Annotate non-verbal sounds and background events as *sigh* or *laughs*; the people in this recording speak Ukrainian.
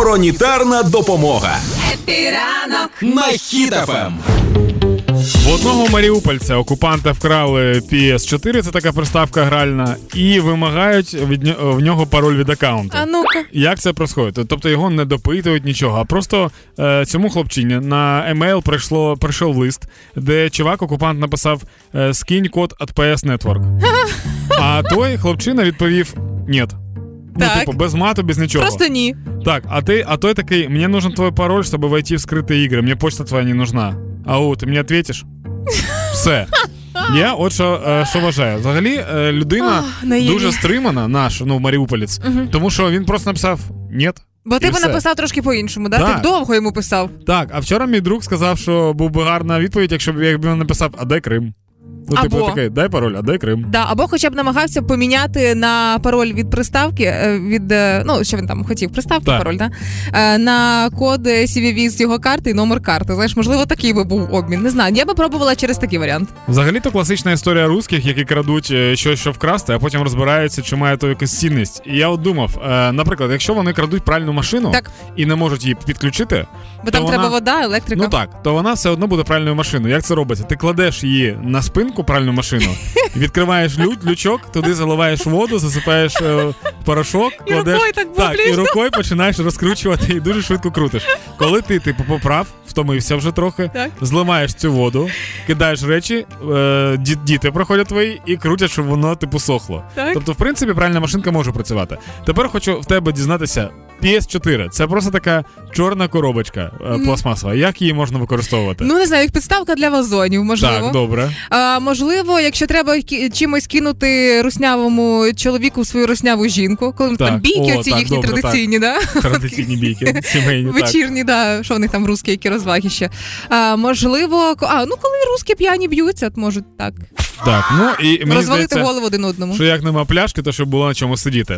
Гуморонітарна допомога Піранок. на Ем. Хіт-ФМ. В одного маріупольця окупанта вкрали PS4, це така приставка гральна, і вимагають від ньо- в нього пароль від аккаунту. А ну-ка. Як це происходит? Тобто його не допитують нічого, а просто е, цьому хлопчині на емейл прийшло прийшов лист, де чувак окупант написав е, скинь код від PS *laughs* Network. А той хлопчина відповів ні. Ну, Так. типу, без мату, без нічого. Просто ні. Так, а ты, а той такой, мне нужен твой пароль, чтобы войти в скрытые игры. Мне почта твоя не нужна. Ау, ти мені ответишь? Все. Я э, от що, е, що вважаю. Взагалі, е, э, людина Ах, наївні. дуже стримана, наш, ну, маріуполець, тому що він просто написав «нет». Бо ти І б все. написав трошки по-іншому, да? Так. Ти б довго йому писав. Так, а вчора мій друг сказав, що був би гарна відповідь, якщо б якби він написав «а де Крим?». Ну, типу, Або. такий, дай пароль, а де Крим? Да, або хоча б намагався поміняти на пароль від приставки, е, від е, ну що він там хотів, приставки, Так. пароль, да? Е, на код е, CVV з його карти і номер карти. Знаєш, можливо, такий би був обмін. Не знаю. Я би пробувала через такий варіант. Взагалі-то класична історія русських, які крадуть е, щось, що вкрасти, а потім розбираються, чи має то якусь цінність. І я от думав, е, наприклад, якщо вони крадуть пральну машину Так. і не можуть її підключити, Бо там вона- треба вода, електрика. ну так, то вона все одно буде пральною машиною. Як це робиться? Ти кладеш її на спинку пральну машину, відкриваєш лють, лючок, туди заливаєш воду, засипаєш е, порошок, І кладеш рукою так і бабліжно. рукою починаєш розкручувати і дуже швидко крутиш. Коли ти типу поправ, втомився вже трохи, Так. зливаєш цю воду, кидаєш речі, е, ді- діти проходять твої і крутять, щоб воно типу сохло. Так. Тобто, в принципі, правильна машинка може працювати. Тепер хочу в тебе дізнатися. PS4 це просто така чорна коробочка е, пластмасова. Як її можна використовувати? Ну не знаю, як підставка для вазонів, можливо. *laughs* так, добре. А, можливо, якщо треба кі- чимось кинути руснявому чоловіку свою русняву жінку, коли Так. там бійки О, оці так, їхні добре, так. традиційні, да? Традиційні бійки, сімейні. так. вечірні, да, що в них там русські, які розваги ще. А, можливо, ко- а, ну коли русські п'яні б'ються, от можуть так. Так, ну і мені Розвалити здається, голову один одному. що як нема пляшки, то щоб було на чому сидіти.